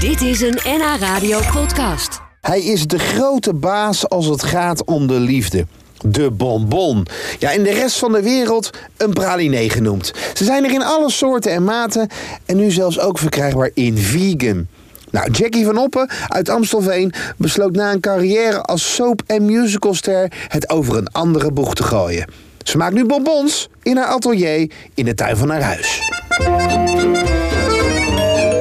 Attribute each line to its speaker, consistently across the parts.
Speaker 1: Dit is een NH Radio podcast.
Speaker 2: Hij is de grote baas als het gaat om de liefde. De bonbon. Ja, in de rest van de wereld een pralinee genoemd. Ze zijn er in alle soorten en maten en nu zelfs ook verkrijgbaar in vegan. Nou, Jackie van Oppen uit Amstelveen besloot na een carrière als soap- en musicalster het over een andere boeg te gooien. Ze maakt nu bonbons in haar atelier in de tuin van haar huis.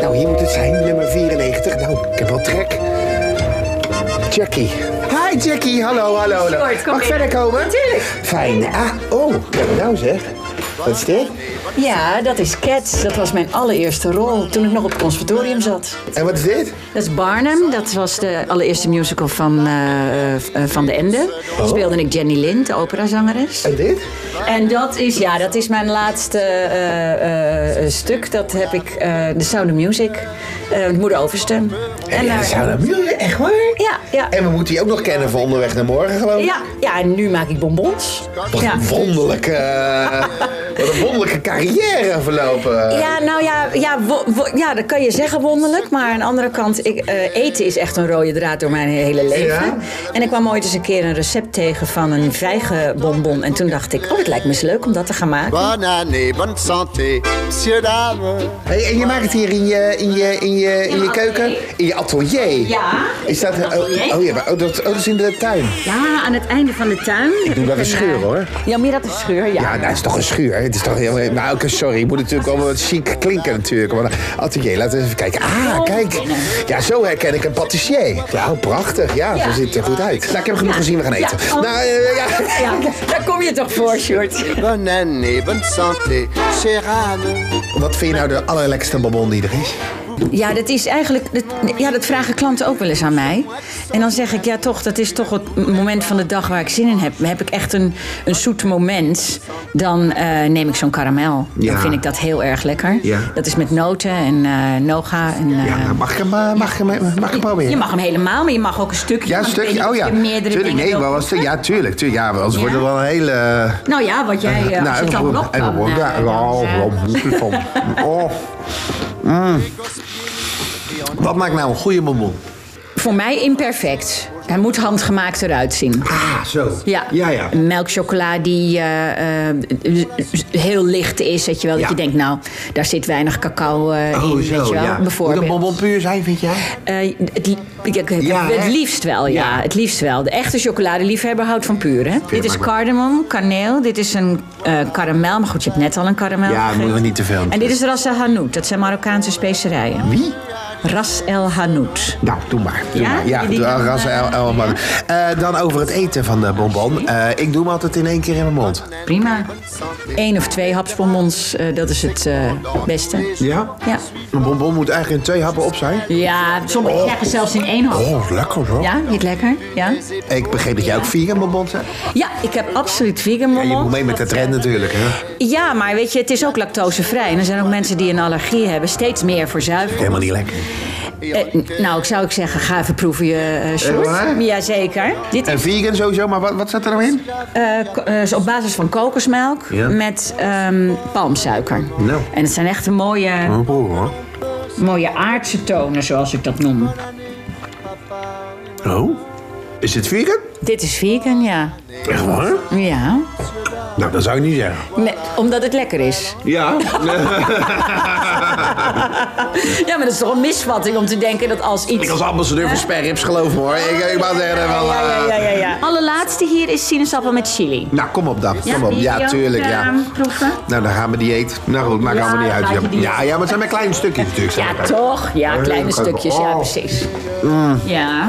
Speaker 2: Nou, hier moet het zijn, nummer 94. Nou, ik heb wel trek. Jackie. Hi Jackie, hallo, hallo, hallo.
Speaker 3: Sorry, kom
Speaker 2: Mag ik
Speaker 3: binnen.
Speaker 2: verder komen?
Speaker 3: Natuurlijk.
Speaker 2: Fijn. Ah, oh, kijk nou zeg. Wat is dit?
Speaker 3: Ja, dat is Cats. Dat was mijn allereerste rol toen ik nog op het conservatorium zat.
Speaker 2: En wat is dit?
Speaker 3: Dat is Barnum. Dat was de allereerste musical van, eh, eh, van de Ende.
Speaker 2: Oh.
Speaker 3: Speelde ik Jenny Lind, de operazangeres.
Speaker 2: En dit?
Speaker 3: En dat is, ja, dat is mijn laatste eh, eh, stuk. Dat heb ik, eh The Sound of Music. eh Moeder Overste. En
Speaker 2: ja,
Speaker 3: daar-
Speaker 2: zou dat moeten? Echt waar?
Speaker 3: ja, ja.
Speaker 2: En we moeten die ook nog kennen van onderweg naar morgen gewoon.
Speaker 3: Ja, ja, en nu maak ik bonbons.
Speaker 2: Wat
Speaker 3: Ja.
Speaker 2: een wonderlijke... eh, wat een wonderlijke carrière verlopen.
Speaker 3: Ja, nou ja, ja, wo- wo- ja, dat kan je zeggen wonderlijk. Maar aan de andere kant, ik, eh, eten is echt een rode draad door mijn hele leven.
Speaker 2: Ja?
Speaker 3: En ik kwam ooit eens een keer een recept tegen van een vijgenbonbon. En toen dacht ik, oh, het lijkt me eens leuk om dat te gaan maken.
Speaker 4: Bonne année, bonne santé, monsieur dame.
Speaker 2: Hey, en je maakt het hier in je, in je, in je, in je keuken? In je atelier?
Speaker 3: Ja,
Speaker 2: Is dat...
Speaker 3: in het
Speaker 2: Oh,
Speaker 3: atelier.
Speaker 2: oh, ja, maar- oh, dat, oh, dat is in de tuin.
Speaker 3: Ja, aan het einde van de tuin. Ik eh,
Speaker 2: doe wel een schuur, hoor.
Speaker 3: Ja, meer dat een schuur, ja.
Speaker 2: Ja, nou, het is toch een schuur. Het is toch heel... Nou, oké, sorry. Het moet natuurlijk allemaal wat chic klinken natuurlijk. Maar een atelier, laten we even kijken. Ah,
Speaker 3: Oh.
Speaker 2: kijk. Ja, zo herken ik een patissier. Nou, prachtig. Ja, ze ziet er goed uit. Nou, ik heb genoeg gezien. We gaan eten.
Speaker 3: Ja. Oh.
Speaker 2: Nou, eh, ja.
Speaker 3: Ja, daar kom je toch voor, Sjoerd.
Speaker 4: Bonne année, bonne santé, chère Anne.
Speaker 2: Wat vind je nou de allerlekkerste bonbon die er is?
Speaker 3: Ja, dat is eigenlijk. Dat, ja, dat vragen klanten ook wel eens aan mij. En dan zeg ik, ja, toch, dat is toch het m- moment van de dag waar ik zin in heb. Heb ik echt een, een zoet moment, dan eh, neem ik zo'n karamel.
Speaker 2: Ja.
Speaker 3: Dan vind ik dat heel erg lekker.
Speaker 2: Ja.
Speaker 3: Dat is met noten en eh noga. En, eh,
Speaker 2: Ja, mag ik hem, eh, mag ik hem, mag ik hem proberen?
Speaker 3: Je mag hem helemaal, maar je mag ook een stukje.
Speaker 2: Ja, een
Speaker 3: want ik weet
Speaker 2: stukje.
Speaker 3: niet
Speaker 2: Oh
Speaker 3: of
Speaker 2: ja.
Speaker 3: je meerdere
Speaker 2: Tuurlijk,
Speaker 3: dingen
Speaker 2: nee,
Speaker 3: wilt.
Speaker 2: maar was ja, tuurlijk, tuurlijk. Ja, anders
Speaker 3: Ja.
Speaker 2: wordt het wel een hele.
Speaker 3: Nou ja, wat jij. eh, als je het allemaal op kan, eh,
Speaker 2: ja,
Speaker 3: dan, eh,
Speaker 2: ja, Oh. Mm. Wat maakt nou een goede bonbon?
Speaker 3: Voor mij imperfect. Hij moet handgemaakt eruit zien.
Speaker 2: Ah, zo.
Speaker 3: Ja,
Speaker 2: Ja, ja.
Speaker 3: Een melkchocola die eh, eh, heel licht is. Weet je wel,
Speaker 2: Ja.
Speaker 3: dat je denkt, nou, daar zit weinig cacao eh, in.
Speaker 2: Oh,
Speaker 3: weet je
Speaker 2: zo,
Speaker 3: wel,
Speaker 2: ja. Moet
Speaker 3: bijvoorbeeld.
Speaker 2: een bonbon puur zijn, vind jij?
Speaker 3: Eh, het, li- ik- ik-
Speaker 2: Ja, hè?
Speaker 3: het liefst wel, ja.
Speaker 2: Ja.
Speaker 3: Het liefst wel. De echte chocoladeliefhebber houdt van puur, hè? Dit is
Speaker 2: maar wel.
Speaker 3: cardamom, kaneel. Dit is een eh karamel. Maar goed, je hebt net al een karamel
Speaker 2: Ja,
Speaker 3: gegeten.
Speaker 2: moeten we niet te veel.
Speaker 3: Nou, En dit is ras el hanout. Dat zijn Marokkaanse specerijen.
Speaker 2: Wie?
Speaker 3: Ras el hanout.
Speaker 2: Nou, doe maar. Doe
Speaker 3: Ja?
Speaker 2: maar. ja
Speaker 3: Die- die-
Speaker 2: doe- ras el, el, man. Eh, dan over het eten van de bonbon. Eh, ik doe hem altijd in één keer in mijn mond.
Speaker 3: Prima. Eén of twee hapsbonbons, eh, dat is het eh, beste.
Speaker 2: Ja?
Speaker 3: Ja.
Speaker 2: Een bonbon moet eigenlijk in twee happen op zijn.
Speaker 3: Ja, sommigen krijgen zelfs in één hap.
Speaker 2: Oh, lekker hoor.
Speaker 3: Ja, niet lekker? Ja.
Speaker 2: Ik begreep dat jij ook vegan bonbons hebt.
Speaker 3: ja, ik heb absoluut vegan
Speaker 2: Ja,
Speaker 3: bonbons.
Speaker 2: je moet mee met de trend natuurlijk, hè?
Speaker 3: Ja, maar weet je, het is ook lactosevrij. En er zijn ook mensen die een allergie hebben. Steeds meer voor zuivel.
Speaker 2: Helemaal niet lekker.
Speaker 3: Eh, n- nou, ik zou ik zeggen, ga even proeven je eh short.
Speaker 2: Echt waar?
Speaker 3: Jazeker. Dit
Speaker 2: En vegan sowieso, maar wat, wat zit er nou in?
Speaker 3: eh, ko- eh, is op basis van kokosmelk
Speaker 2: Ja.
Speaker 3: met ehm, palmsuiker.
Speaker 2: Nou.
Speaker 3: En het zijn echt mooie,
Speaker 2: proeven Nou, hoor.
Speaker 3: mooie aardse tonen, zoals ik dat noem.
Speaker 2: Oh? Is het vegan?
Speaker 3: Dit is vegan, ja.
Speaker 2: Echt waar?
Speaker 3: Ja.
Speaker 2: Nou, dat zou ik niet zeggen.
Speaker 3: Nee, omdat het lekker is.
Speaker 2: Ja?
Speaker 3: Ja, maar dat is toch een misvatting om te denken dat als iets...
Speaker 2: ik als ambassadeur van sperrips geloof me hoor. Ik, ik mag zeggen wel... eh,
Speaker 3: Allerlaatste hier is sinaasappel met chili.
Speaker 2: Nou, kom op dan. Kom op.
Speaker 3: die
Speaker 2: Ja,
Speaker 3: ook,
Speaker 2: tuurlijk, ja.
Speaker 3: ehm, proeven?
Speaker 2: Nou, dan gaan we dieet. Nou goed, maakt
Speaker 3: Ja,
Speaker 2: allemaal niet uit.
Speaker 3: laat je
Speaker 2: Ja,
Speaker 3: dieet.
Speaker 2: ja, ja, maar het zijn maar kleine stukjes natuurlijk.
Speaker 3: Ja, toch? Ja, kleine
Speaker 2: leuk.
Speaker 3: stukjes. Ja,
Speaker 2: Oh. Mm.
Speaker 3: precies. Ja.